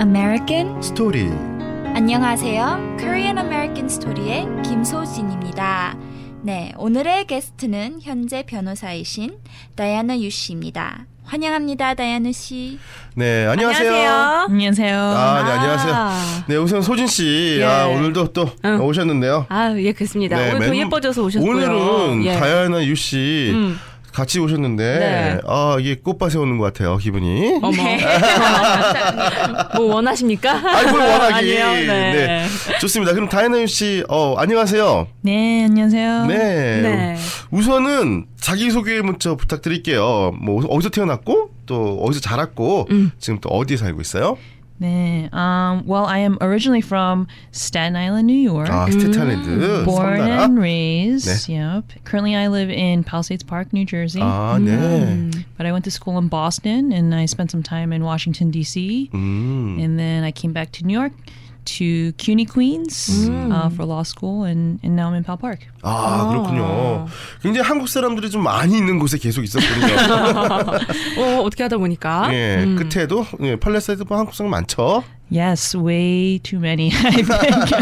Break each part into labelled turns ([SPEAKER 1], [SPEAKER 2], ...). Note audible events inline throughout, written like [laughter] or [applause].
[SPEAKER 1] American
[SPEAKER 2] 스토리
[SPEAKER 1] 안녕하세요. Korean American Story의 김소진입니다. 네, 오늘의 게스트는 현재 변호사이신 다이아나 유 씨입니다. 환영합니다, 다이아나 씨.
[SPEAKER 2] 네 안녕하세요.
[SPEAKER 3] 안녕하세요.
[SPEAKER 2] 아, 네, 안녕하세요. 네 우선 소진 씨
[SPEAKER 3] 예.
[SPEAKER 2] 아, 오늘도 또
[SPEAKER 3] 응.
[SPEAKER 2] 오셨는데요.
[SPEAKER 3] 아, 예, 그렇습니다.
[SPEAKER 2] 네,
[SPEAKER 3] 오늘 더
[SPEAKER 2] 맨-
[SPEAKER 3] 예뻐져서 오셨고요.
[SPEAKER 2] 오늘은
[SPEAKER 3] 예.
[SPEAKER 2] 다이아나 유 씨
[SPEAKER 3] 음.
[SPEAKER 2] 같이 오셨는데
[SPEAKER 3] 네.
[SPEAKER 2] 아 이게 꽃밭에 오는 것 같아요 기분이.
[SPEAKER 3] 어머. [laughs] 뭐 원하십니까?
[SPEAKER 2] 네.
[SPEAKER 3] [laughs]
[SPEAKER 2] 아이 뭘 원하기.
[SPEAKER 3] 아니에요. 네.
[SPEAKER 2] 네. 좋습니다. 그럼 다이아나 유 씨, 어 안녕하세요.
[SPEAKER 4] 네, 안녕하세요.
[SPEAKER 2] 네.
[SPEAKER 3] 네. [laughs]
[SPEAKER 2] 우선은 자기 소개 먼저 부탁드릴게요. 뭐 어디서 태어났고 또 어디서 자랐고
[SPEAKER 3] 음.
[SPEAKER 2] 지금 또 어디에 살고 있어요?
[SPEAKER 4] 네, Um, well, I am originally from Staten Island, New York.
[SPEAKER 2] 아
[SPEAKER 3] 음.
[SPEAKER 2] 스테탄랜드
[SPEAKER 4] Born
[SPEAKER 2] 섬나라.
[SPEAKER 4] and raised. Yep. Currently, I live in Palisades Park, New Jersey.
[SPEAKER 2] 아 네.
[SPEAKER 3] 음.
[SPEAKER 4] But I went to school in Boston, and I spent some time in Washington D.C.
[SPEAKER 2] 음.
[SPEAKER 4] And then I came back to New York to CUNY Queens uh, for law school, and, and now I'm in Pal Park.
[SPEAKER 2] 아, 그렇군요. 굉장히 한국 사람들이 좀 많이 있는 곳에 계속
[SPEAKER 3] [laughs]
[SPEAKER 2] 있었군요.
[SPEAKER 3] 어, 어떻게 하다 보니까.
[SPEAKER 2] 예, 끝에도 예, 팔레스타인도 한국 사람 많죠.
[SPEAKER 4] Yes, way too many. [laughs] I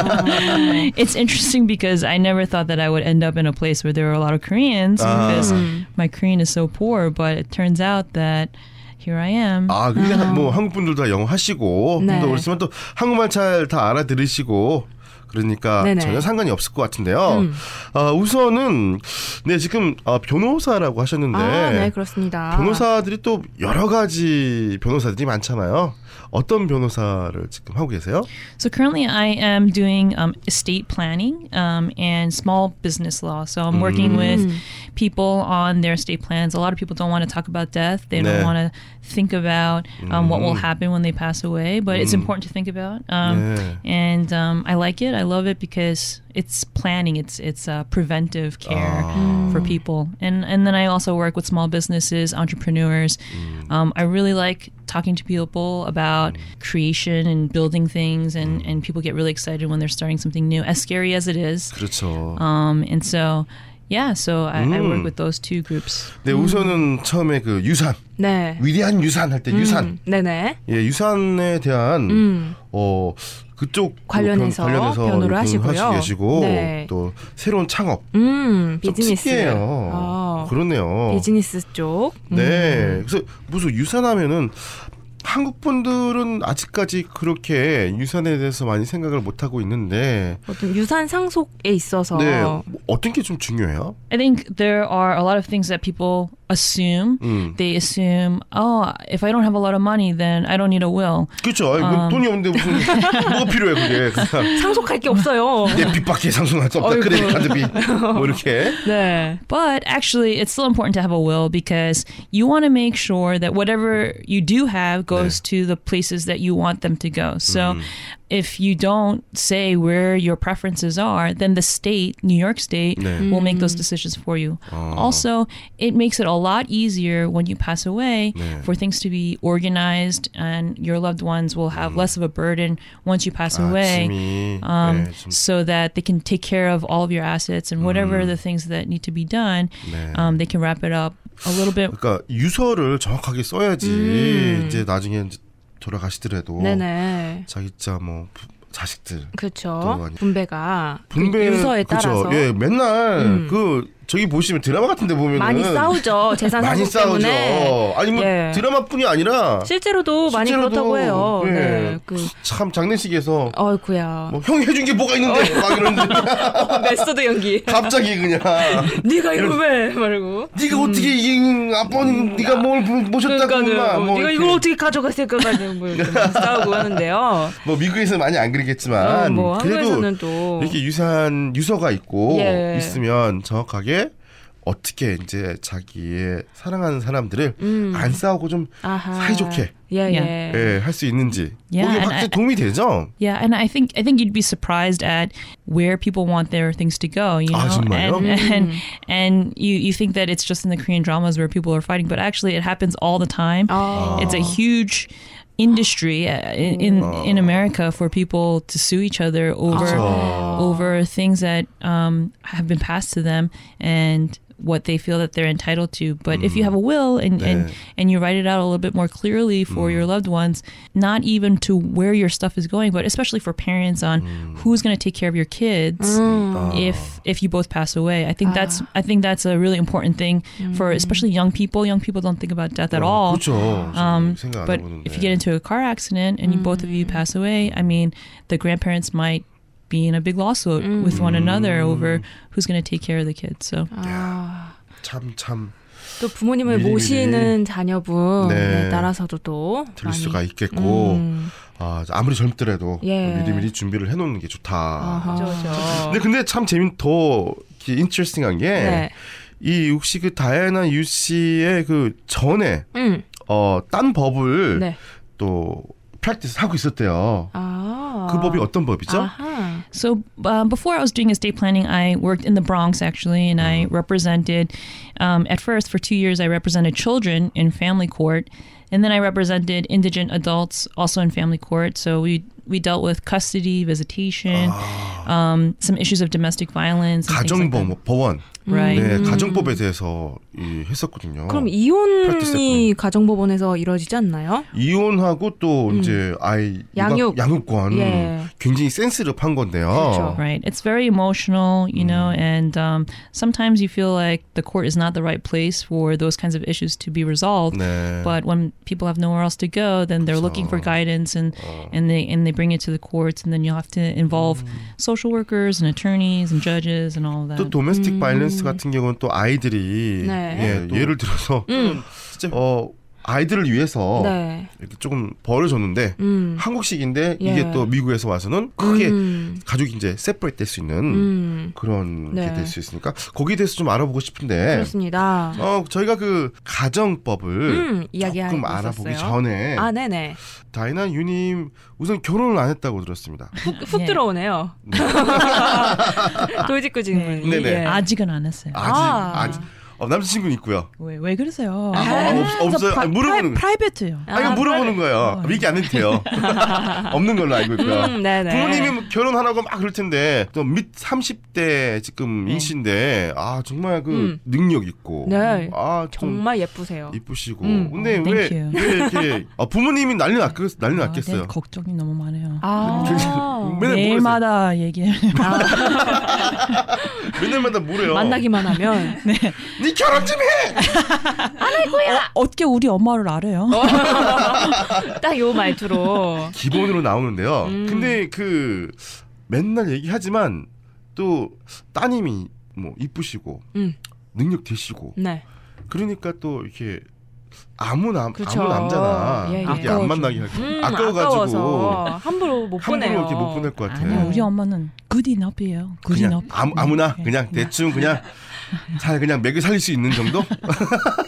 [SPEAKER 4] think. it's interesting because I never thought that I would end up in a place where there were a lot of Koreans
[SPEAKER 2] Ah.
[SPEAKER 4] because my Korean is so poor. But it turns out that here I am.
[SPEAKER 2] 아, 근데 한- 뭐 한국 분들도 다 영어 하시고
[SPEAKER 3] 네.
[SPEAKER 2] 또 그렇지만 또 한국말 잘 다 알아들으시고 그러니까
[SPEAKER 3] 네네. 음.
[SPEAKER 2] 전혀 상관이 없을 것 같은데요. 아, 우선은 네 지금 아, 변호사라고 하셨는데
[SPEAKER 3] 아, 네, 그렇습니다.
[SPEAKER 2] 변호사들이 또 여러 가지 변호사들이 많잖아요. 어떤 변호사를 지금 하고 계세요?
[SPEAKER 4] So currently, I am doing um, estate planning um, and small business law. So I'm working with people on their estate plans. A lot of people don't want to talk about death. They
[SPEAKER 2] 네.
[SPEAKER 4] don't want to think about um, what will happen when they pass away. But it's important to think about. Um,
[SPEAKER 2] 네.
[SPEAKER 4] And um, I like it. I love it because it's planning. It's it's uh, preventive care for people. And and then I also work with small businesses, entrepreneurs. Um, I really like talking to people about creation and building things, and and people get really excited when they're starting something new, as scary as it is.
[SPEAKER 2] 그렇죠.
[SPEAKER 4] Um, and so. Yeah, so I, I work with those two groups.
[SPEAKER 2] 네, 우선은 처음에 그 유산
[SPEAKER 3] 네.
[SPEAKER 2] 위대한 유산 할 때 유산
[SPEAKER 3] 네네.
[SPEAKER 2] 예, 유산에 대한 어 그쪽 그
[SPEAKER 3] 음. 관련해서
[SPEAKER 2] 변, 관련해서
[SPEAKER 3] 변호를
[SPEAKER 2] 이렇게
[SPEAKER 3] 하시고요.
[SPEAKER 2] 하시고 계시고
[SPEAKER 3] 네.
[SPEAKER 2] 또 새로운 창업
[SPEAKER 3] 음,
[SPEAKER 2] 좀
[SPEAKER 3] 비즈니스.
[SPEAKER 2] 특이해요.
[SPEAKER 3] 어,
[SPEAKER 2] 그렇네요.
[SPEAKER 3] 비즈니스 음. 쪽.
[SPEAKER 2] 네, 그래서 무슨 유산하면은 한국 분들은 아직까지 그렇게 유산에 대해서 많이 생각을 못 하고 있는데
[SPEAKER 3] 어떤 유산 상속에 있어서.
[SPEAKER 2] 네, 뭐 어떤 게 좀 중요해요?
[SPEAKER 4] I think there are a lot of things that people assume.
[SPEAKER 2] 음,
[SPEAKER 4] They assume, oh, if I don't have a lot of money, then I don't need a will.
[SPEAKER 2] 그렇죠. 아이,
[SPEAKER 3] 어.
[SPEAKER 2] 뭐 돈이 없는데
[SPEAKER 3] [laughs]
[SPEAKER 2] 무슨 뭐가 필요해 그게 그냥
[SPEAKER 3] 상속할 게 없어요.
[SPEAKER 2] 내 빚밖에 상승할 수 없다.
[SPEAKER 3] 어이구.
[SPEAKER 2] 그래 카드 빚뭐
[SPEAKER 3] [laughs]
[SPEAKER 2] 이렇게.
[SPEAKER 3] 네.
[SPEAKER 4] But actually, it's still important to have a will because you want to make sure that whatever you do have goes to the places that you want them to go. So if you don't say where your preferences are, then the state, New York State,
[SPEAKER 2] 네.
[SPEAKER 4] will make those decisions for you. Also, it makes it a lot easier when you pass away
[SPEAKER 2] 네.
[SPEAKER 4] for things to be organized and your loved ones will have less of a burden once you pass
[SPEAKER 2] 아,
[SPEAKER 4] away.
[SPEAKER 2] 짐이
[SPEAKER 4] um,
[SPEAKER 2] 네, 좀
[SPEAKER 4] so that they can take care of all of your assets and whatever the things that need to be done,
[SPEAKER 2] 네.
[SPEAKER 3] 아.
[SPEAKER 4] um, they can wrap it up a
[SPEAKER 2] [laughs]
[SPEAKER 4] little bit.
[SPEAKER 2] 그러니까 유서를 정확하게 써야지 이제 나중에 이제 돌아가시더라도
[SPEAKER 3] 음. 네네.
[SPEAKER 2] 자기 자뭐 자식들 또
[SPEAKER 3] 그렇죠.
[SPEAKER 2] 아니-
[SPEAKER 3] 분배가
[SPEAKER 2] 분배
[SPEAKER 3] 유서에
[SPEAKER 2] 그쵸?
[SPEAKER 3] 따라서 음.
[SPEAKER 2] 예 맨날 그 저기 보시면 드라마 같은데 보면
[SPEAKER 3] 많이 싸우죠. 재산
[SPEAKER 2] 많이
[SPEAKER 3] 상속
[SPEAKER 2] 싸우죠.
[SPEAKER 3] 때문에.
[SPEAKER 2] 아니 뭐
[SPEAKER 3] 예.
[SPEAKER 2] 드라마뿐이 아니라
[SPEAKER 3] 실제로도 많이
[SPEAKER 2] 실제로도,
[SPEAKER 3] 그렇다고 해요.
[SPEAKER 2] 예.
[SPEAKER 3] 네. 그
[SPEAKER 2] 참 장례식에서
[SPEAKER 3] 어이구야.
[SPEAKER 2] 뭐 형이 해준 게 뭐가 있는데 막 이러는데 [laughs]
[SPEAKER 3] [laughs] 메소드 연기.
[SPEAKER 2] 갑자기 그냥
[SPEAKER 3] 네가 이걸 왜 말고.
[SPEAKER 2] 네가 어떻게 이 아빠는 네가 뭘 모셨다고
[SPEAKER 3] 음. 그러니까는
[SPEAKER 2] 막
[SPEAKER 3] 뭐, 네가 이걸
[SPEAKER 2] 이렇게.
[SPEAKER 3] 어떻게 가져갈 생각하냐고 뭐 이렇게 막 싸우고 하는데요.
[SPEAKER 2] 뭐 미국에서는 많이 안 아, 그러겠지만
[SPEAKER 3] 어, 뭐
[SPEAKER 2] 그래도
[SPEAKER 3] 한국에서는 또
[SPEAKER 2] 이렇게 유산 유서가 있고
[SPEAKER 3] 예.
[SPEAKER 2] 있으면 정확하게 어떻게 이제 자기의 사랑하는 사람들을 안 싸우고 좀
[SPEAKER 3] 음. 아하.
[SPEAKER 2] 사이좋게
[SPEAKER 3] 예예. 아,
[SPEAKER 4] 예.
[SPEAKER 2] 예, 할 수 있는지
[SPEAKER 4] 예,
[SPEAKER 2] 그게
[SPEAKER 4] and
[SPEAKER 2] 확실히
[SPEAKER 4] I-
[SPEAKER 2] 도움이 되죠.
[SPEAKER 4] Yeah, and I think I think you'd be surprised at where people want their things to go. You know,
[SPEAKER 2] Ah, 정말요?
[SPEAKER 4] and and, and you, you think that it's just in the Korean dramas where people are fighting, but actually it happens all the time.
[SPEAKER 3] 아.
[SPEAKER 4] It's a huge industry uh, in in, in America for people to sue each other over
[SPEAKER 2] 아.
[SPEAKER 4] over things that um, have been passed to them and what they feel that they're entitled to. But if you have a will and,
[SPEAKER 2] 네.
[SPEAKER 4] and and you write it out a little bit more clearly for your loved ones, not even to where your stuff is going, but especially for parents on who's going to take care of your kids
[SPEAKER 2] Mm. 아,
[SPEAKER 3] 음,
[SPEAKER 2] 어,
[SPEAKER 3] 예,
[SPEAKER 4] if if you both pass away. I think that's I think that's a really important thing for especially young people. Young people don't think about death at all.
[SPEAKER 2] 그렇죠.
[SPEAKER 3] 음,
[SPEAKER 4] Um,
[SPEAKER 2] 생각 안
[SPEAKER 4] but
[SPEAKER 2] 해보는데.
[SPEAKER 4] if you get into a car accident and you both of you pass away, I mean, the grandparents might be in a big lawsuit with one another
[SPEAKER 2] Mm.
[SPEAKER 4] over who's going to take care of the kids. So
[SPEAKER 2] 참 참.
[SPEAKER 3] 아. 또 부모님을
[SPEAKER 2] 아, 미리미리.
[SPEAKER 3] 모시는 자녀분
[SPEAKER 2] 네.
[SPEAKER 3] 네, 따라서도 또
[SPEAKER 2] 들
[SPEAKER 3] 많이-
[SPEAKER 2] 수가 있겠고
[SPEAKER 3] 음.
[SPEAKER 2] 아, 아무리 젊더라도
[SPEAKER 3] 예.
[SPEAKER 2] 미리미리 준비를 해놓는 게 좋다.
[SPEAKER 3] 아하.
[SPEAKER 2] 그렇죠, 근데 근데 참 재미 더 인트레스팅한 게
[SPEAKER 3] 네.
[SPEAKER 2] 이 혹시 그 다이애나 유 씨의 그 전에
[SPEAKER 3] 음.
[SPEAKER 2] 어딴 법을
[SPEAKER 3] 네.
[SPEAKER 2] 또 프랙티스 하고 있었대요.
[SPEAKER 3] 아.
[SPEAKER 2] 그 법이 어떤 법이죠?
[SPEAKER 3] 아하.
[SPEAKER 4] So um, before I was doing estate planning, I worked in the Bronx actually, and
[SPEAKER 2] Mm-hmm.
[SPEAKER 4] I represented. Um, at first, for two years, I represented children in family court, and then I represented indigent adults also in family court. So we we dealt with custody, visitation, um, some issues of domestic violence, and things like that.
[SPEAKER 2] Ah. 가정법 법원
[SPEAKER 4] right?
[SPEAKER 2] 네 가정법에 대해서 이, 했었거든요.
[SPEAKER 3] 음. 그럼
[SPEAKER 2] 프랙티스했군요.
[SPEAKER 3] 이혼이 가정법원에서 이루어지지 않나요?
[SPEAKER 2] 이혼하고 또 이제 아이
[SPEAKER 3] 음. 양육.
[SPEAKER 2] 육권
[SPEAKER 3] 예.
[SPEAKER 2] 굉장히 센스를 판 건데요.
[SPEAKER 3] 그렇죠.
[SPEAKER 4] Right. It's very emotional, you know,
[SPEAKER 2] Mm.
[SPEAKER 4] and um, sometimes you feel like the court is not the right place for those kinds of issues to be resolved.
[SPEAKER 2] 네.
[SPEAKER 4] But when people have nowhere else to go, then they're looking
[SPEAKER 2] Oh.
[SPEAKER 4] for guidance, and and they and they bring it to the courts, and then you'll have to involve
[SPEAKER 2] Mm.
[SPEAKER 4] social workers and attorneys and judges and all of
[SPEAKER 2] 또
[SPEAKER 4] that.
[SPEAKER 2] 도메스틱 바이런스 같은 경우는 또 아이들이
[SPEAKER 3] 음. 네.
[SPEAKER 2] 예, 예를 들어서 어 아이들을 위해서
[SPEAKER 3] 네.
[SPEAKER 2] 이렇게 조금 벌을 줬는데
[SPEAKER 3] 음.
[SPEAKER 2] 한국식인데
[SPEAKER 3] 예.
[SPEAKER 2] 이게 또 미국에서 와서는 크게
[SPEAKER 3] 음.
[SPEAKER 2] 가족이 이제 세퍼레이트 될 수 있는
[SPEAKER 3] 음.
[SPEAKER 2] 그런
[SPEAKER 3] 네.
[SPEAKER 2] 게 될 수 있으니까 거기에 대해서 좀 알아보고 싶은데
[SPEAKER 3] 그렇습니다.
[SPEAKER 2] 어 저희가 그 가정법을
[SPEAKER 3] 음, 이야기하고
[SPEAKER 2] 조금 알아보기
[SPEAKER 3] 있었어요.
[SPEAKER 2] 전에
[SPEAKER 3] 아, 네네.
[SPEAKER 2] 다이나 유님 우선 결혼을 안 했다고
[SPEAKER 3] [laughs]
[SPEAKER 2] 들었습니다.
[SPEAKER 3] 훅
[SPEAKER 4] 예.
[SPEAKER 3] 들어오네요. 돌직구 질문.
[SPEAKER 2] 아. 음, 네네.
[SPEAKER 4] 아직은 안 했어요.
[SPEAKER 2] 아직
[SPEAKER 3] 아.
[SPEAKER 2] 아직 어, 남자친구는 있고요.
[SPEAKER 4] 왜, 왜 그러세요?
[SPEAKER 2] 아, 없, 없어요. 아니, 물어보는 거.
[SPEAKER 4] 프라이빗해요.
[SPEAKER 2] 아, 이거 물어보는 거예요.
[SPEAKER 4] 어.
[SPEAKER 2] 얘기 안 해도 돼요. 없는 걸로 알고 있고요.
[SPEAKER 3] 음, 네네.
[SPEAKER 2] 부모님이 뭐 결혼하라고 막 그럴 텐데 또 밑 30대 지금 인신데 아 정말 그
[SPEAKER 3] 어. 음.
[SPEAKER 2] 능력 있고
[SPEAKER 3] 네.
[SPEAKER 2] 아좀
[SPEAKER 3] 정말 예쁘세요.
[SPEAKER 2] 이쁘시고
[SPEAKER 3] 음.
[SPEAKER 2] 근데
[SPEAKER 4] 어,
[SPEAKER 2] 왜,
[SPEAKER 4] thank you.
[SPEAKER 2] 왜 이렇게 아, 부모님이 난리 났 난리 났겠어요.
[SPEAKER 4] 걱정이 너무 많아요.
[SPEAKER 3] 아.
[SPEAKER 2] 맨날 뭐래요?
[SPEAKER 4] 매일마다 얘기해.
[SPEAKER 2] 맨날마다 뭐래요?
[SPEAKER 3] 네. [laughs] 만나기만 하면
[SPEAKER 2] [laughs] 네 결혼 좀 해.
[SPEAKER 4] [laughs] 어떻게 우리 엄마를 알아요?
[SPEAKER 3] 딱 요 말투로.
[SPEAKER 2] 기본으로 나오는데요.
[SPEAKER 3] 음.
[SPEAKER 2] 근데 그 맨날 얘기하지만 또 따님이 뭐 이쁘시고
[SPEAKER 3] 음.
[SPEAKER 2] 능력 되시고
[SPEAKER 3] 네.
[SPEAKER 2] 그러니까 또 이렇게 아무 남
[SPEAKER 3] 그쵸.
[SPEAKER 2] 아무 남자나
[SPEAKER 3] 그렇죠. 예, 예.
[SPEAKER 2] 이렇게 안 만나게 할
[SPEAKER 3] 음,
[SPEAKER 2] 아까워가지고
[SPEAKER 3] 아까워서 함부로 못
[SPEAKER 2] 함부로
[SPEAKER 3] 보내요.
[SPEAKER 2] 이렇게 못 보낼 것 같아.
[SPEAKER 4] 아니요, 우리 엄마는 good enough이에요. good
[SPEAKER 2] 그냥
[SPEAKER 4] enough.
[SPEAKER 2] 아무, 아무나
[SPEAKER 4] 네.
[SPEAKER 2] 그냥 대충
[SPEAKER 4] [laughs]
[SPEAKER 2] 그냥 잘 그냥 맥을 살릴 수 있는 정도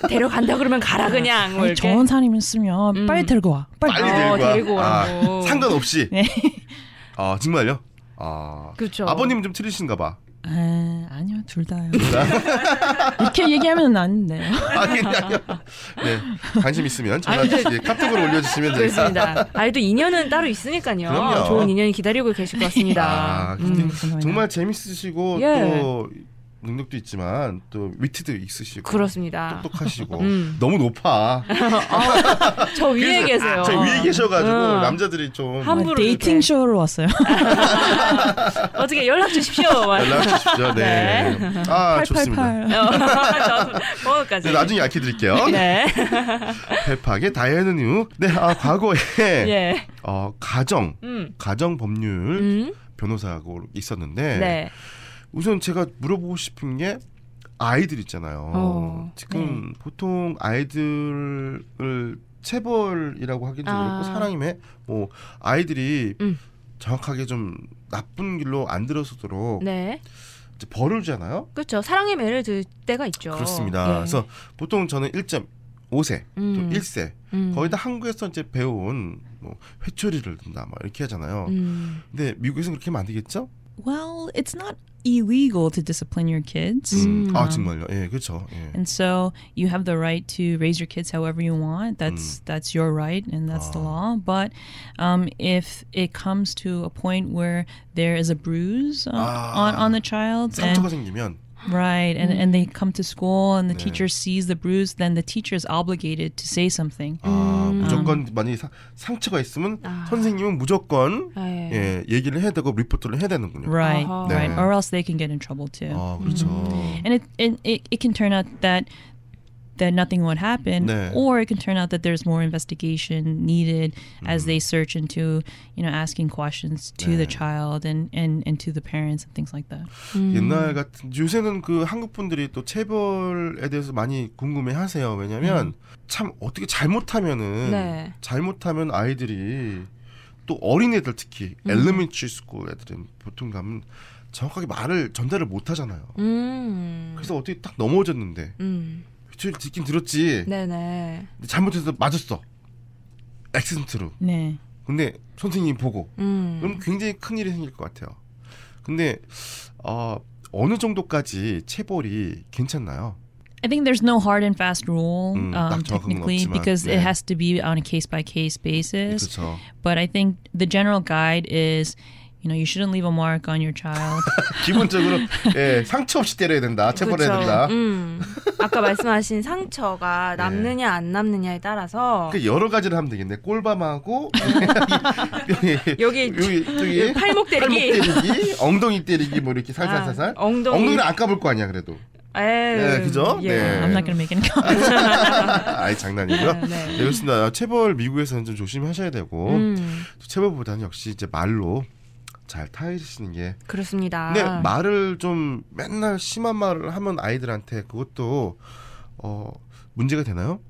[SPEAKER 3] 데려간다 그러면 가라 그냥. 뭐
[SPEAKER 4] 아니,
[SPEAKER 3] 이렇게.
[SPEAKER 4] 좋은 사람 있으면
[SPEAKER 3] 음.
[SPEAKER 4] 빨리 데리고 와. 빨리.
[SPEAKER 2] 빨리
[SPEAKER 3] 어,
[SPEAKER 2] 데리고, 와.
[SPEAKER 3] 데리고
[SPEAKER 2] 아,
[SPEAKER 3] 오라고.
[SPEAKER 2] 상관없이.
[SPEAKER 4] 네.
[SPEAKER 2] 아 정말요? 아
[SPEAKER 3] 그쵸.
[SPEAKER 2] 아버님 좀 틀리신가 봐.
[SPEAKER 4] 아, 아니요, 둘 다요. [laughs] 이렇게 얘기하면 안 돼요.
[SPEAKER 2] 아니 아니요. 네 관심 있으면 전화 주시 카톡으로 올려주시면 됩니다.
[SPEAKER 3] [laughs] 그렇습니다. 아이 또 인연은 따로 있으니까요.
[SPEAKER 2] 그럼요.
[SPEAKER 3] 좋은 인연이 기다리고 계실 것 같습니다.
[SPEAKER 2] 아, 근데
[SPEAKER 3] 음.
[SPEAKER 2] 정말 재밌으시고
[SPEAKER 3] 예.
[SPEAKER 2] 또 능력도 있지만 또 위트도 있으시고
[SPEAKER 3] 그렇습니다.
[SPEAKER 2] 똑똑하시고
[SPEAKER 3] [laughs] 음.
[SPEAKER 2] 너무 높아.
[SPEAKER 3] 저 위에
[SPEAKER 2] 그래서
[SPEAKER 3] 계세요.
[SPEAKER 2] 저 위에 계셔가지고
[SPEAKER 3] 어.
[SPEAKER 2] 남자들이 좀 네,
[SPEAKER 3] 함- 함부로
[SPEAKER 4] 데이팅
[SPEAKER 3] 이렇게.
[SPEAKER 4] 쇼로 왔어요.
[SPEAKER 3] 어떻게 연락 주십시오.
[SPEAKER 2] [laughs] 연락 주십시오. 네. 아 좋습니다.
[SPEAKER 3] [laughs]
[SPEAKER 4] 888.
[SPEAKER 3] 어, 번호까지.
[SPEAKER 2] 네, 나중에 알려 드릴게요.
[SPEAKER 3] 네.
[SPEAKER 2] 페파게 다이애는 유. 네, 아 과거에
[SPEAKER 3] [laughs] 예.
[SPEAKER 2] 어 가정
[SPEAKER 3] 음.
[SPEAKER 2] 가정 법률
[SPEAKER 3] 음.
[SPEAKER 2] 변호사하고 있었는데
[SPEAKER 3] 네.
[SPEAKER 2] 우선 제가 물어보고 싶은 게 아이들 있잖아요.
[SPEAKER 3] 어,
[SPEAKER 2] 지금 보통 아이들을 체벌이라고 하기도
[SPEAKER 3] 아.
[SPEAKER 2] 그렇고 사랑임에 뭐 아이들이
[SPEAKER 3] 음.
[SPEAKER 2] 정확하게 좀 나쁜 길로 안 들어서도록
[SPEAKER 3] 네.
[SPEAKER 2] 이제 벌을 주잖아요.
[SPEAKER 3] 그렇죠. 사랑의 매를 들 때가 있죠.
[SPEAKER 2] 그렇습니다.
[SPEAKER 3] 예.
[SPEAKER 2] 그래서 보통 저는 1.5세, 또
[SPEAKER 3] 음.
[SPEAKER 2] 1세
[SPEAKER 3] 음.
[SPEAKER 2] 거의 다 한국에서 이제 배운 뭐 회초리를 든다 막 이렇게 하잖아요.
[SPEAKER 3] 음.
[SPEAKER 2] 근데 미국에서는 그렇게 하면 안 되겠죠?
[SPEAKER 4] Well, it's not illegal to discipline your kids.
[SPEAKER 2] 음. 아
[SPEAKER 4] 음.
[SPEAKER 2] 정말요? 예, 그렇죠.
[SPEAKER 3] 네.
[SPEAKER 2] 예.
[SPEAKER 4] And so you have the right to raise your kids however you want. That's
[SPEAKER 2] 음.
[SPEAKER 4] that's your right, and that's
[SPEAKER 2] 아.
[SPEAKER 4] the law. But um, if it
[SPEAKER 2] 아.
[SPEAKER 4] comes to a point where there is a bruise uh, on, on, on the child,
[SPEAKER 2] 상처가
[SPEAKER 4] and
[SPEAKER 2] 생기면
[SPEAKER 4] Right, and and they come to school, and the
[SPEAKER 2] 네.
[SPEAKER 4] teacher sees the bruise. Then the teacher is obligated to say something.
[SPEAKER 2] 아,
[SPEAKER 3] 음.
[SPEAKER 2] 무조건 만약에 사- 상처가 있으면 선생님은 무조건
[SPEAKER 3] 아. 네.
[SPEAKER 2] 예, 얘기를 해야 되고 리포트를 해야 되는군요.
[SPEAKER 4] Right,
[SPEAKER 3] Uh-huh.
[SPEAKER 4] right,
[SPEAKER 2] 네.
[SPEAKER 4] or else they can get in trouble too.
[SPEAKER 2] 아, 그렇죠.
[SPEAKER 3] 음.
[SPEAKER 4] And it, and it it can turn out that that nothing would happen,
[SPEAKER 2] 네.
[SPEAKER 4] or it can turn out that there's more investigation needed as they search into you know asking questions to the
[SPEAKER 2] 네.
[SPEAKER 4] child and and and to the parents and things like that.
[SPEAKER 3] 음,
[SPEAKER 2] 옛날 같은 요새는 그 한국 분들이 또 체벌에 대해서 많이 궁금해 하세요. 왜냐면 참 어떻게 잘못하면은
[SPEAKER 3] 음. 네.
[SPEAKER 2] 잘못하면 아이들이 또 어린애들 특히
[SPEAKER 3] 음.
[SPEAKER 2] 엘리멘터리 스쿨 애들은 보통 가면 정확하게 말을 전달을 못 하잖아요.
[SPEAKER 3] 음.
[SPEAKER 2] 그래서 어떻게 딱 넘어졌는데
[SPEAKER 3] 음.
[SPEAKER 2] 저 듣긴 들었지.
[SPEAKER 3] 네네.
[SPEAKER 2] 근데 잘못해서 맞았어. 액센트로.
[SPEAKER 4] 네.
[SPEAKER 2] 근데 선생님 보고
[SPEAKER 3] 음.
[SPEAKER 2] 그럼 굉장히 큰 일이 생길 것 같아요. 근데 어, 어느 정도까지 체벌이 괜찮나요?
[SPEAKER 4] I think there's no hard and fast rule
[SPEAKER 2] 음,
[SPEAKER 4] um,
[SPEAKER 2] 딱 정확한 건
[SPEAKER 4] technically
[SPEAKER 2] 없지만,
[SPEAKER 4] because
[SPEAKER 2] 네.
[SPEAKER 4] it has to be on a case by case
[SPEAKER 3] 네.
[SPEAKER 4] basis.
[SPEAKER 2] 그렇죠.
[SPEAKER 4] But I think the general guide is, you know, you shouldn't leave a mark on your child.
[SPEAKER 3] [laughs]
[SPEAKER 2] 기본적으로 예, 상처 없이 때려야 된다. 체벌해야
[SPEAKER 3] 그쵸.
[SPEAKER 2] 된다.
[SPEAKER 3] 음. 아까 말씀하신 상처가 남느냐 안 남느냐에 따라서
[SPEAKER 2] 그 여러 가지를 하면 되겠네.
[SPEAKER 3] [laughs]
[SPEAKER 2] 꼴밤하고
[SPEAKER 3] 여기- 그
[SPEAKER 2] 여기 저기
[SPEAKER 3] 팔목 때리기.
[SPEAKER 2] 팔목 때리기, 엉덩이 때리기 뭐 이렇게 살살살살.
[SPEAKER 3] 아, 엉덩이. 예.
[SPEAKER 2] 엉덩이를 안 까볼 거 아니야 그래도.
[SPEAKER 3] 에이,
[SPEAKER 2] 네, 그죠? 네.
[SPEAKER 4] I'm not going to make any comments.
[SPEAKER 2] 아이 장난이고요.
[SPEAKER 3] 네, 네.
[SPEAKER 2] 네, 그렇습니다. 체벌 미국에서는 좀 조심하셔야 되고
[SPEAKER 3] 음,
[SPEAKER 2] 또 체벌보다는 역시 이제 말로 잘 타이시는 게.
[SPEAKER 3] 그렇습니다.
[SPEAKER 2] 근데 말을 좀 맨날 심한 말을 하면 아이들한테 그것도 어 문제가 되나요?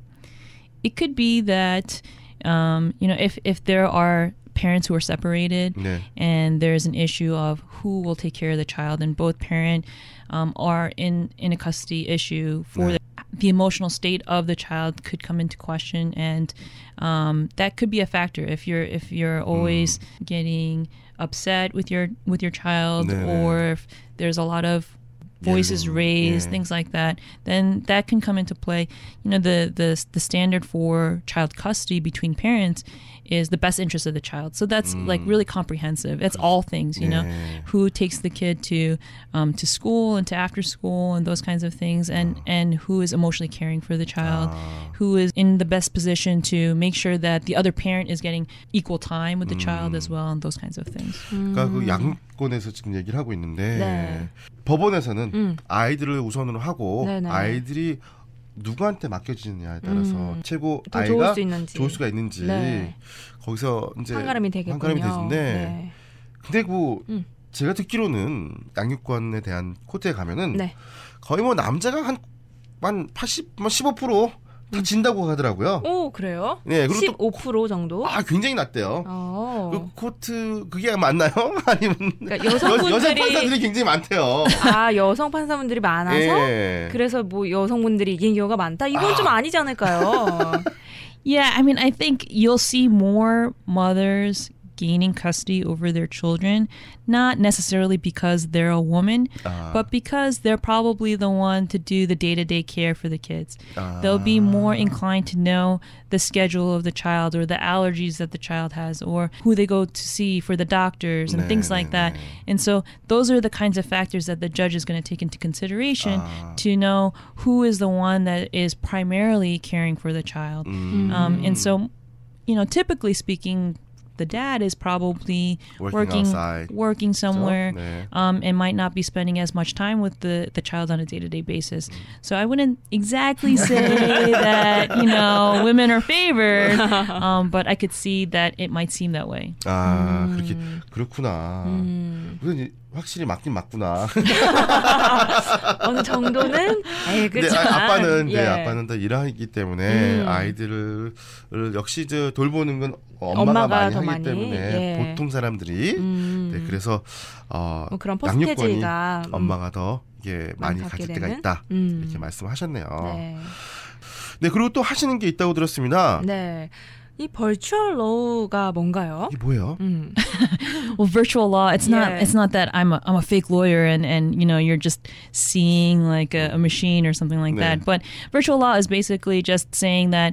[SPEAKER 4] It could be that, um, you know, if, if there are parents who are separated
[SPEAKER 2] 네.
[SPEAKER 4] and there's an issue of who will take care of the child and both parent um, are in, in a custody issue for the, the emotional state of the child could come into question and um, that could be a factor if you're if you're always getting upset with your with your child
[SPEAKER 2] 네, 네.
[SPEAKER 4] or if there's a lot of voices
[SPEAKER 2] Yelling, Mm,
[SPEAKER 4] raised
[SPEAKER 2] yeah.
[SPEAKER 4] things like that then that can come into play you know the, the the standard for child custody between parents is the best interest of the child so that's like really comprehensive it's all things you know
[SPEAKER 2] Mm. Yeah.
[SPEAKER 4] who takes the kid to um, to school and to after school and those kinds of things and
[SPEAKER 2] Oh.
[SPEAKER 4] and who is emotionally caring for the child who is in the best position to make sure that the other parent is getting equal time with the
[SPEAKER 2] Mm.
[SPEAKER 4] child as well and those kinds of things
[SPEAKER 2] 그러니까 그 양권에서 지금 얘기를 하고 있는데
[SPEAKER 3] 음. 네. 음.
[SPEAKER 2] 법원에서는 아이들을 우선으로 하고
[SPEAKER 3] 네네.
[SPEAKER 2] 아이들이 누구한테 맡겨지느냐에 따라서 최고
[SPEAKER 3] 음. 더
[SPEAKER 2] 아이가
[SPEAKER 3] 좋을 수 있는지.
[SPEAKER 2] 좋을 수가 있는지
[SPEAKER 3] 네.
[SPEAKER 2] 거기서 이제
[SPEAKER 3] 한가름이 되겠군요. 네.
[SPEAKER 2] 한가름이 되는데 근데 뭐
[SPEAKER 3] 음.
[SPEAKER 2] 제가 듣기로는 양육권에 대한 코트에 가면은
[SPEAKER 3] 네. 네.
[SPEAKER 2] 거의 뭐 남자가 한한 80, 15%다
[SPEAKER 3] 음.
[SPEAKER 2] 진다고 하더라고요.
[SPEAKER 3] 오 그래요?
[SPEAKER 2] 네, 그리고
[SPEAKER 3] 15% 정도?
[SPEAKER 2] 또, 아 굉장히 낮대요.
[SPEAKER 3] 어.
[SPEAKER 2] 그 코트 그게 맞나요? [laughs] 아니면
[SPEAKER 3] 그러니까
[SPEAKER 2] 여, 여성
[SPEAKER 3] 여성분들이-
[SPEAKER 2] 판사들이 굉장히 많대요.
[SPEAKER 3] 아 여성 판사분들이 많아서
[SPEAKER 2] 예.
[SPEAKER 3] 그래서 뭐 여성분들이 이긴 경우가 많다. 이건 좀 아니지 않을까요?
[SPEAKER 4] Yeah, I mean, I think you'll see more mothers gaining custody over their children, not necessarily because they're a woman,
[SPEAKER 2] 아, Uh-huh.
[SPEAKER 4] but because they're probably the one to do the day to day care for the kids. They'll be more inclined to know the schedule of the child or the allergies that the child has or who they go to see for the doctors and things like that. And so those are the kinds of factors that the judge is going to take into consideration to know who is the one that is primarily caring for the child. Um, and so, you know, typically speaking, the dad is probably
[SPEAKER 2] Working
[SPEAKER 4] working
[SPEAKER 2] outside.
[SPEAKER 4] working, somewhere,
[SPEAKER 2] 네.
[SPEAKER 4] um, and might not be spending as much time with the, the child on a day to day basis. So I wouldn't exactly say that you know women are favored, um, but I could see that it might seem that way.
[SPEAKER 2] 아
[SPEAKER 3] 음.
[SPEAKER 2] 그렇게 그렇구나. 우선 이제 확실히 맞긴 맞구나.
[SPEAKER 3] 어느 정도는 에이,
[SPEAKER 2] 근데
[SPEAKER 3] 그렇지만
[SPEAKER 2] 아, 빠는
[SPEAKER 3] 예. 음.
[SPEAKER 2] 네 아빠는 다 일하기 때문에 아이들을 역시 저 돌보는 건 엄마가,
[SPEAKER 3] 엄마가
[SPEAKER 2] 많이
[SPEAKER 3] 더
[SPEAKER 2] 하기
[SPEAKER 3] 많이,
[SPEAKER 2] 때문에
[SPEAKER 3] 예.
[SPEAKER 2] 보통 사람들이
[SPEAKER 3] 음.
[SPEAKER 2] 네 그래서 어
[SPEAKER 3] 뭐 그런
[SPEAKER 2] 양육권이
[SPEAKER 3] 퍼센테이지가 음,
[SPEAKER 2] 엄마가 더 이게 많이
[SPEAKER 3] 많이
[SPEAKER 2] 가질
[SPEAKER 3] 갖게
[SPEAKER 2] 때가
[SPEAKER 3] 되는?
[SPEAKER 2] 있다
[SPEAKER 3] 음.
[SPEAKER 2] 이렇게 말씀하셨네요. 네.
[SPEAKER 3] 네.
[SPEAKER 2] 그리고 또 하시는 게 있다고 들었습니다.
[SPEAKER 3] 네. 이 벌추얼 러우가 뭔가요?
[SPEAKER 2] 이게 뭐예요?
[SPEAKER 3] 음.
[SPEAKER 4] Well, virtual law, it's
[SPEAKER 3] Yeah.
[SPEAKER 4] not it's not that I'm a, I'm a fake lawyer and, and you know you're just seeing like a, a machine or something like
[SPEAKER 2] Yeah.
[SPEAKER 4] that. But virtual law is basically just saying that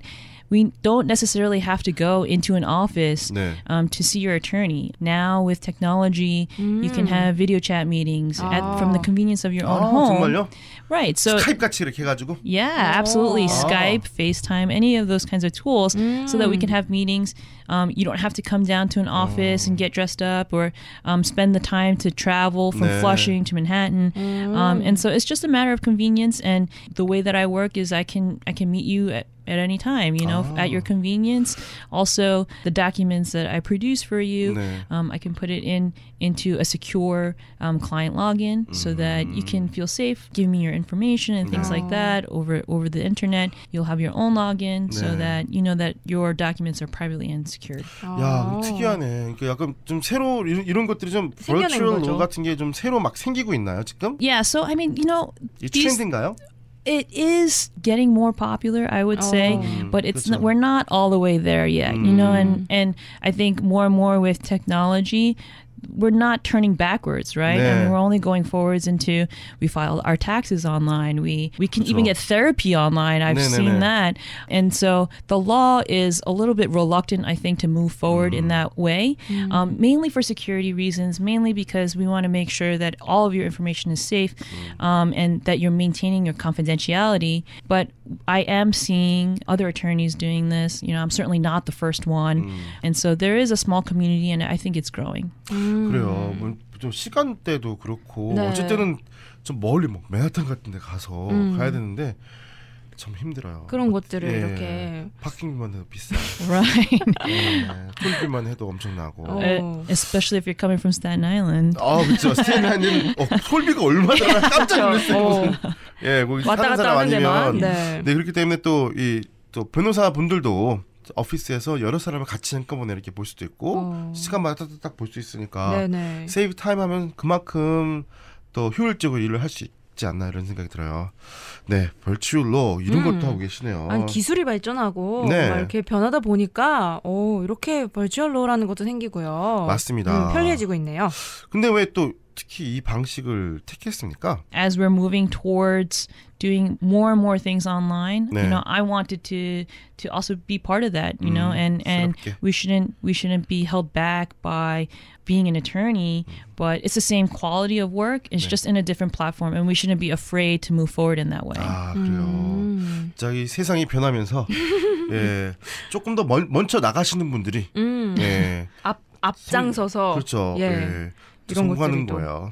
[SPEAKER 4] we don't necessarily have to go into an office
[SPEAKER 2] 네.
[SPEAKER 4] um, to see your attorney. Now with technology, you can have video chat meetings at, from the convenience of your
[SPEAKER 3] 어.
[SPEAKER 4] own
[SPEAKER 2] 아,
[SPEAKER 4] home.
[SPEAKER 2] Oh, 정말요?
[SPEAKER 4] Right. So
[SPEAKER 2] 타입 같이 이렇게 해가지고
[SPEAKER 4] yeah, absolutely. Skype, FaceTime, any of those kinds of tools so that we can have meetings. Um, you don't have to come down to an office and get dressed up or um, spend the time to travel from
[SPEAKER 2] 네.
[SPEAKER 4] Flushing to Manhattan. Um, and so it's just a matter of convenience. And the way that I work is I can I can meet you at, at any time, you know, at your convenience. Also, the documents that I produce for you,
[SPEAKER 2] 네.
[SPEAKER 4] um, I can put it in into a secure um, client login so that you can feel safe. Give me your information and things like that over over the internet. You'll have your own login so
[SPEAKER 2] 네.
[SPEAKER 4] that you know that your documents are privately and secured.
[SPEAKER 2] 야 특이하네. 그러니까 약간 좀 새로 이런, 이런 것들이 좀
[SPEAKER 3] 어. 생겨낸
[SPEAKER 2] 버추얼
[SPEAKER 3] 거죠.
[SPEAKER 2] 로 같은 게 좀 새로 막 생기고 있나요 지금?
[SPEAKER 4] Yeah. So I mean, you know,
[SPEAKER 2] 이
[SPEAKER 4] these-
[SPEAKER 2] 트렌드인가요?
[SPEAKER 4] it is getting more popular, I would say,
[SPEAKER 2] 음,
[SPEAKER 4] but it's
[SPEAKER 2] 그렇죠.
[SPEAKER 4] n- we're not all the way there yet, you know. And and I think more and more with technology. We're not turning backwards, right? I
[SPEAKER 2] 네.
[SPEAKER 4] mean, we're only going forwards into we file our taxes online. We we can even
[SPEAKER 2] 그렇죠.
[SPEAKER 4] get therapy online. I've
[SPEAKER 2] 네, 네,
[SPEAKER 4] seen
[SPEAKER 2] 네.
[SPEAKER 4] that. And so the law is a little bit reluctant, I think, to move forward in that way, um, mainly for security reasons, mainly because we want to make sure that all of your information is safe um, and that you're maintaining your confidentiality. But I am seeing other attorneys doing this. You know, I'm certainly not the first one. And so there is a small community, and I think it's growing. [laughs]
[SPEAKER 2] 그래요. 뭐좀 시간대도 그렇고
[SPEAKER 3] 음. 네.
[SPEAKER 2] 어쨌든 좀 멀리 뭐 맨하탄 같은데 가서 가야 되는데 참 힘들어요.
[SPEAKER 3] 음. 그런 것들을
[SPEAKER 2] 예.
[SPEAKER 3] 이렇게.
[SPEAKER 2] 파킹비만 해도 비싸.
[SPEAKER 4] Right.
[SPEAKER 2] 네. 톨비만 해도 엄청나고.
[SPEAKER 3] 어.
[SPEAKER 4] Uh, Especially if you're coming from Staten Island.
[SPEAKER 2] 아 그렇죠. 스테인하는 어, 톨비가
[SPEAKER 3] [laughs]
[SPEAKER 2] 얼마나 깜짝 놀랐어요.
[SPEAKER 3] 어.
[SPEAKER 2] 예, 거기
[SPEAKER 3] 왔다
[SPEAKER 2] 사는
[SPEAKER 3] 갔다
[SPEAKER 2] 사람 아니면
[SPEAKER 3] 하는데만. 네.
[SPEAKER 2] 네 그렇기 때문에 또 이 또 변호사 분들도 오피스에서 여러 사람을 같이 한꺼번에 이렇게 볼 수도 있고
[SPEAKER 3] 어.
[SPEAKER 2] 시간마다 딱딱딱 볼 수 있으니까
[SPEAKER 3] 네네.
[SPEAKER 2] 세이브 타임 하면 그만큼 더 효율적으로 일을 할 수 있지 않나 이런 생각이 들어요. 네, 벌치율로 이런
[SPEAKER 3] 음.
[SPEAKER 2] 것도 하고 계시네요.
[SPEAKER 3] 아니 기술이 발전하고
[SPEAKER 2] 어. 네.
[SPEAKER 3] 막 이렇게 변하다 보니까 오 이렇게 벌추얼로라는 것도 생기고요.
[SPEAKER 2] 맞습니다.
[SPEAKER 3] 음, 편리해지고 있네요.
[SPEAKER 2] 근데 왜 또 특히 이 방식을 택했습니까?
[SPEAKER 4] as we're moving towards doing more and more things online
[SPEAKER 2] 네.
[SPEAKER 4] you know i wanted to to also be part of that you know
[SPEAKER 2] 음,
[SPEAKER 4] and and
[SPEAKER 2] 새롭게.
[SPEAKER 4] we shouldn't we shouldn't be held back by being an attorney but it's the same quality of work it's just in a different platform and we shouldn't be afraid to move forward in that way
[SPEAKER 2] 아 그래요.
[SPEAKER 3] 음.
[SPEAKER 2] 갑자기 세상이
[SPEAKER 3] [laughs]
[SPEAKER 2] 변하면서 예 조금 더 먼, 먼저 나가시는 분들이
[SPEAKER 3] 음. [laughs]
[SPEAKER 2] 예
[SPEAKER 3] 앞 앞장서서
[SPEAKER 2] 그렇죠.
[SPEAKER 3] 예.
[SPEAKER 2] 예. 또
[SPEAKER 3] 이런
[SPEAKER 2] 성공하는
[SPEAKER 3] 것들이 또
[SPEAKER 2] 거예요.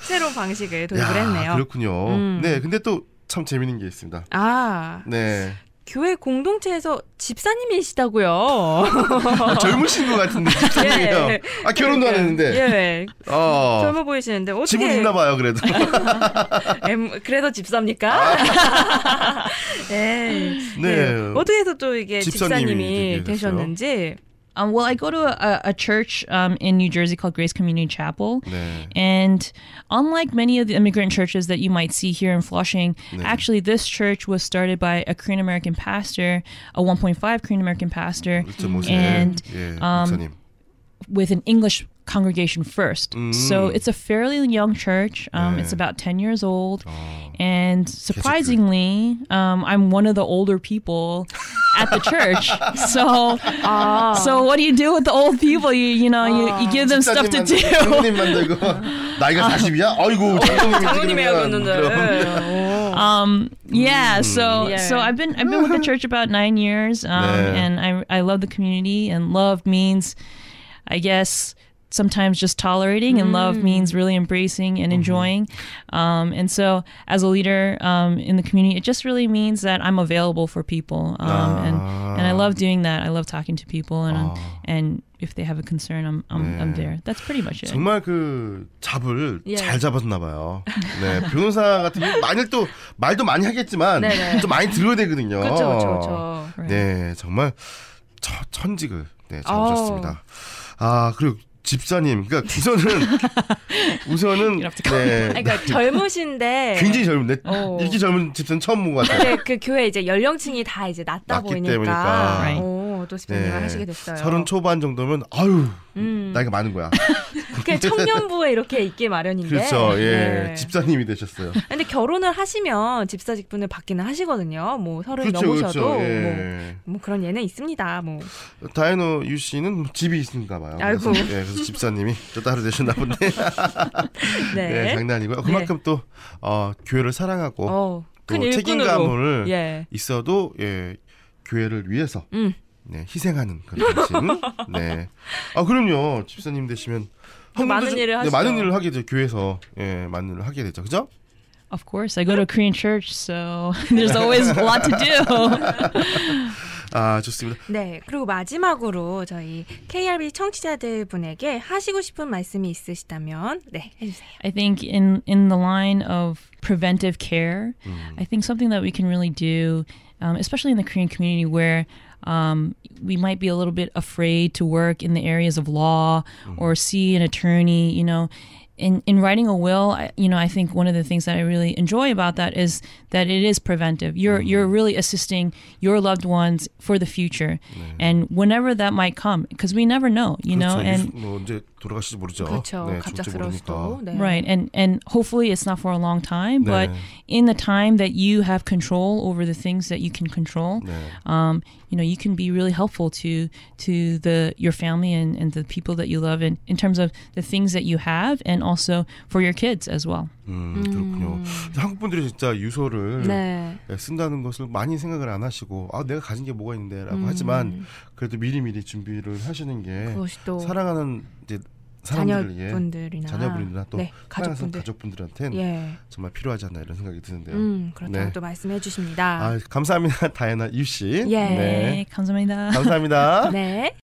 [SPEAKER 3] 새로운 방식을 도입을
[SPEAKER 2] 야,
[SPEAKER 3] 했네요.
[SPEAKER 2] 그렇군요.
[SPEAKER 3] 음.
[SPEAKER 2] 네, 근데 또 참 재밌는 게 있습니다.
[SPEAKER 3] 아 [laughs]
[SPEAKER 2] 네,
[SPEAKER 3] 교회 공동체에서 집사님이시다고요.
[SPEAKER 2] 아, 젊으신 것
[SPEAKER 3] [laughs]
[SPEAKER 2] 같은데 집사님이요.
[SPEAKER 3] 예.
[SPEAKER 2] 아 [laughs] 결혼도 안 했는데.
[SPEAKER 3] 예.
[SPEAKER 2] 어.
[SPEAKER 3] 젊어 보이시는데
[SPEAKER 2] 집은
[SPEAKER 3] 어떻게
[SPEAKER 2] 있나 봐요, 그래도.
[SPEAKER 3] 엠, 그래도 집사입니까? [laughs] [laughs] 네.
[SPEAKER 2] 아. 네.
[SPEAKER 3] 어떻게 해서 또 이게
[SPEAKER 2] 집사님이 되게 됐어요?
[SPEAKER 3] 집사님이 되셨는지.
[SPEAKER 4] um, well i go to a, a church um, in new jersey called grace community chapel
[SPEAKER 2] 네.
[SPEAKER 4] And unlike many of the immigrant churches that you might see here in Flushing,
[SPEAKER 2] 네.
[SPEAKER 4] actually, this church was started by a Korean American pastor, a 1.5 Korean American pastor,
[SPEAKER 3] 음,
[SPEAKER 2] 1.5
[SPEAKER 4] and
[SPEAKER 2] 그렇죠, 예,
[SPEAKER 4] um,
[SPEAKER 2] 목사님.
[SPEAKER 4] with an English congregation first. So
[SPEAKER 2] Mm.
[SPEAKER 4] it's a fairly young church. Um,
[SPEAKER 2] 네.
[SPEAKER 4] It's about 10 years old.
[SPEAKER 2] 어.
[SPEAKER 4] And surprisingly, um, I'm one of the older people at the church. So,
[SPEAKER 3] 아.
[SPEAKER 4] so what do you do with the old people? You, you know, you, you give them stuff to
[SPEAKER 2] [laughs] 집사님
[SPEAKER 4] do.
[SPEAKER 2] 만들고, 장모님 만들고
[SPEAKER 3] [laughs]
[SPEAKER 2] 나이가 40이야? 아이고 장모님이
[SPEAKER 3] 어, 장모님이 하고
[SPEAKER 2] 지금은 그럼.
[SPEAKER 3] 있는데.
[SPEAKER 4] um yeah so
[SPEAKER 3] Yeah.
[SPEAKER 4] so i've been i've been with the church about nine years um
[SPEAKER 2] 네.
[SPEAKER 4] and i i love the community and love means i guess sometimes just tolerating and love means really embracing and enjoying um and so as a leader um in the community it just really means that i'm available for people um and and i love doing that i love talking to people and and if they have a concern i'm i'm, I'm
[SPEAKER 2] 네.
[SPEAKER 4] there that's pretty much it
[SPEAKER 2] [laughs] 정말 그 잡을
[SPEAKER 3] 예.
[SPEAKER 2] 잘 잡았나 봐요. 네, 변호사 같은 경우 만일 또 말도 많이 하겠지만
[SPEAKER 3] 네네.
[SPEAKER 2] 좀 많이 들어야 되거든요.
[SPEAKER 3] 그렇죠, 그렇죠,
[SPEAKER 4] Right.
[SPEAKER 2] 네, 정말 처- 천직을 네,
[SPEAKER 3] 아우.
[SPEAKER 2] 잡으셨습니다. 아 그리고 집사님, 그러니까
[SPEAKER 3] [laughs]
[SPEAKER 2] 우선은 우선은
[SPEAKER 4] You have to
[SPEAKER 2] 네,
[SPEAKER 3] 그러니까 젊으신데
[SPEAKER 2] 굉장히 젊은데 네,
[SPEAKER 3] 어.
[SPEAKER 2] 이렇게 젊은 집사는 처음 본것 같아요.
[SPEAKER 3] 이제 그 교회 이제 연령층이 다 이제 낮다
[SPEAKER 2] 낮기
[SPEAKER 3] 보이니까
[SPEAKER 2] 때문이니까. 네.
[SPEAKER 4] Right.
[SPEAKER 3] 오, 또 집사님을 하시게 됐어요.
[SPEAKER 2] 서른 초반 정도면 아유
[SPEAKER 3] 음.
[SPEAKER 2] 나이가 많은 거야.
[SPEAKER 3] 그냥 청년부에 이렇게 있기 마련인데.
[SPEAKER 2] 그렇죠. 예.
[SPEAKER 3] 네.
[SPEAKER 2] 집사님이 되셨어요.
[SPEAKER 3] 근데 결혼을 하시면 집사 직분을 받기는 하시거든요. 뭐 서른 넘으셔도 뭐,
[SPEAKER 2] 그렇죠, 예.
[SPEAKER 3] 뭐 그런 예는 있습니다. 뭐
[SPEAKER 2] 다이노 유 씨는 뭐 집이 있는가 봐요.
[SPEAKER 3] 아이고.
[SPEAKER 2] 그래서, 예, 그래서 집사님이 또 따로 되셨나 본데.
[SPEAKER 3] [laughs] 네.
[SPEAKER 2] 네, 장난이고요. 그만큼 또 어, 교회를 사랑하고
[SPEAKER 3] 어,
[SPEAKER 2] 또
[SPEAKER 3] 큰 일꾼으로.
[SPEAKER 2] 책임감을
[SPEAKER 3] 예.
[SPEAKER 2] 있어도 예, 교회를 위해서
[SPEAKER 3] 음.
[SPEAKER 2] 네, 희생하는 그런 정신. 네. 아 그럼요. 집사님 되시면
[SPEAKER 3] 그 많은
[SPEAKER 2] 한국도
[SPEAKER 3] 일을
[SPEAKER 2] 네,
[SPEAKER 3] 하시죠.
[SPEAKER 2] 많은 일을 하게 되죠. 교회에서 예, 많은 일을 하게 되죠. 그죠?
[SPEAKER 4] Of course, I go to a Korean church, so [laughs] there's always a lot to do.
[SPEAKER 2] 아 좋습니다.
[SPEAKER 3] 네. 그리고 마지막으로 저희 KRB 청취자들 분에게 하시고 싶은 말씀이 있으시다면 네, 해 주세요.
[SPEAKER 4] I think in in the line of preventive care, I think something that we can really do, um, especially in the Korean community where um, we might be a little bit afraid to work in the areas of law or see an attorney, you know. In, in writing a will, I, you know, I think one of the things that I really enjoy about that is that it is preventive. You're you're really assisting your loved ones for the future, and whenever that might come, because we never know, you know.
[SPEAKER 2] 그렇죠.
[SPEAKER 4] And
[SPEAKER 2] 유- 뭐 언제 돌아가실지 모르죠.
[SPEAKER 3] 그렇죠.
[SPEAKER 2] 네,
[SPEAKER 3] 갑작스러울
[SPEAKER 2] 죽을지 모르니까.
[SPEAKER 3] 수도. 네.
[SPEAKER 4] Right, and and hopefully it's not for a long time, but
[SPEAKER 2] 네.
[SPEAKER 4] in the time that you have control over the things that you can control,
[SPEAKER 2] 네.
[SPEAKER 4] um, you know, you can be really helpful to to the your family and, and the people that you love, in, in terms of the things that you have, and also for your kids as well.
[SPEAKER 2] 음, 그렇군요. 한국 분들이 진짜 유서를
[SPEAKER 3] 네.
[SPEAKER 2] 예, 쓴다는 것을 많이 생각을 안 하시고 아 내가 가진 게 뭐가 있는데라고
[SPEAKER 3] 음.
[SPEAKER 2] 하지만 그래도 미리미리 준비를 하시는 게
[SPEAKER 3] 그것이 또
[SPEAKER 2] 사랑하는 이제 사람들을 예,
[SPEAKER 3] 네. 그렇죠. 자녀분들이나
[SPEAKER 2] 자녀분들이나 또
[SPEAKER 3] 네,
[SPEAKER 2] 사랑하는
[SPEAKER 3] 가족분들.
[SPEAKER 2] 가족분들한테
[SPEAKER 3] 예.
[SPEAKER 2] 정말 필요하지 않나 이런 생각이 드는데요.
[SPEAKER 3] 음, 그렇다고
[SPEAKER 2] 네.
[SPEAKER 3] 또 말씀해 주십니다.
[SPEAKER 2] 아 감사합니다 다이애나 유 씨.
[SPEAKER 3] 예.
[SPEAKER 4] Eh,
[SPEAKER 2] 네.
[SPEAKER 4] 감사합니다.
[SPEAKER 2] 감사합니다.
[SPEAKER 3] 네.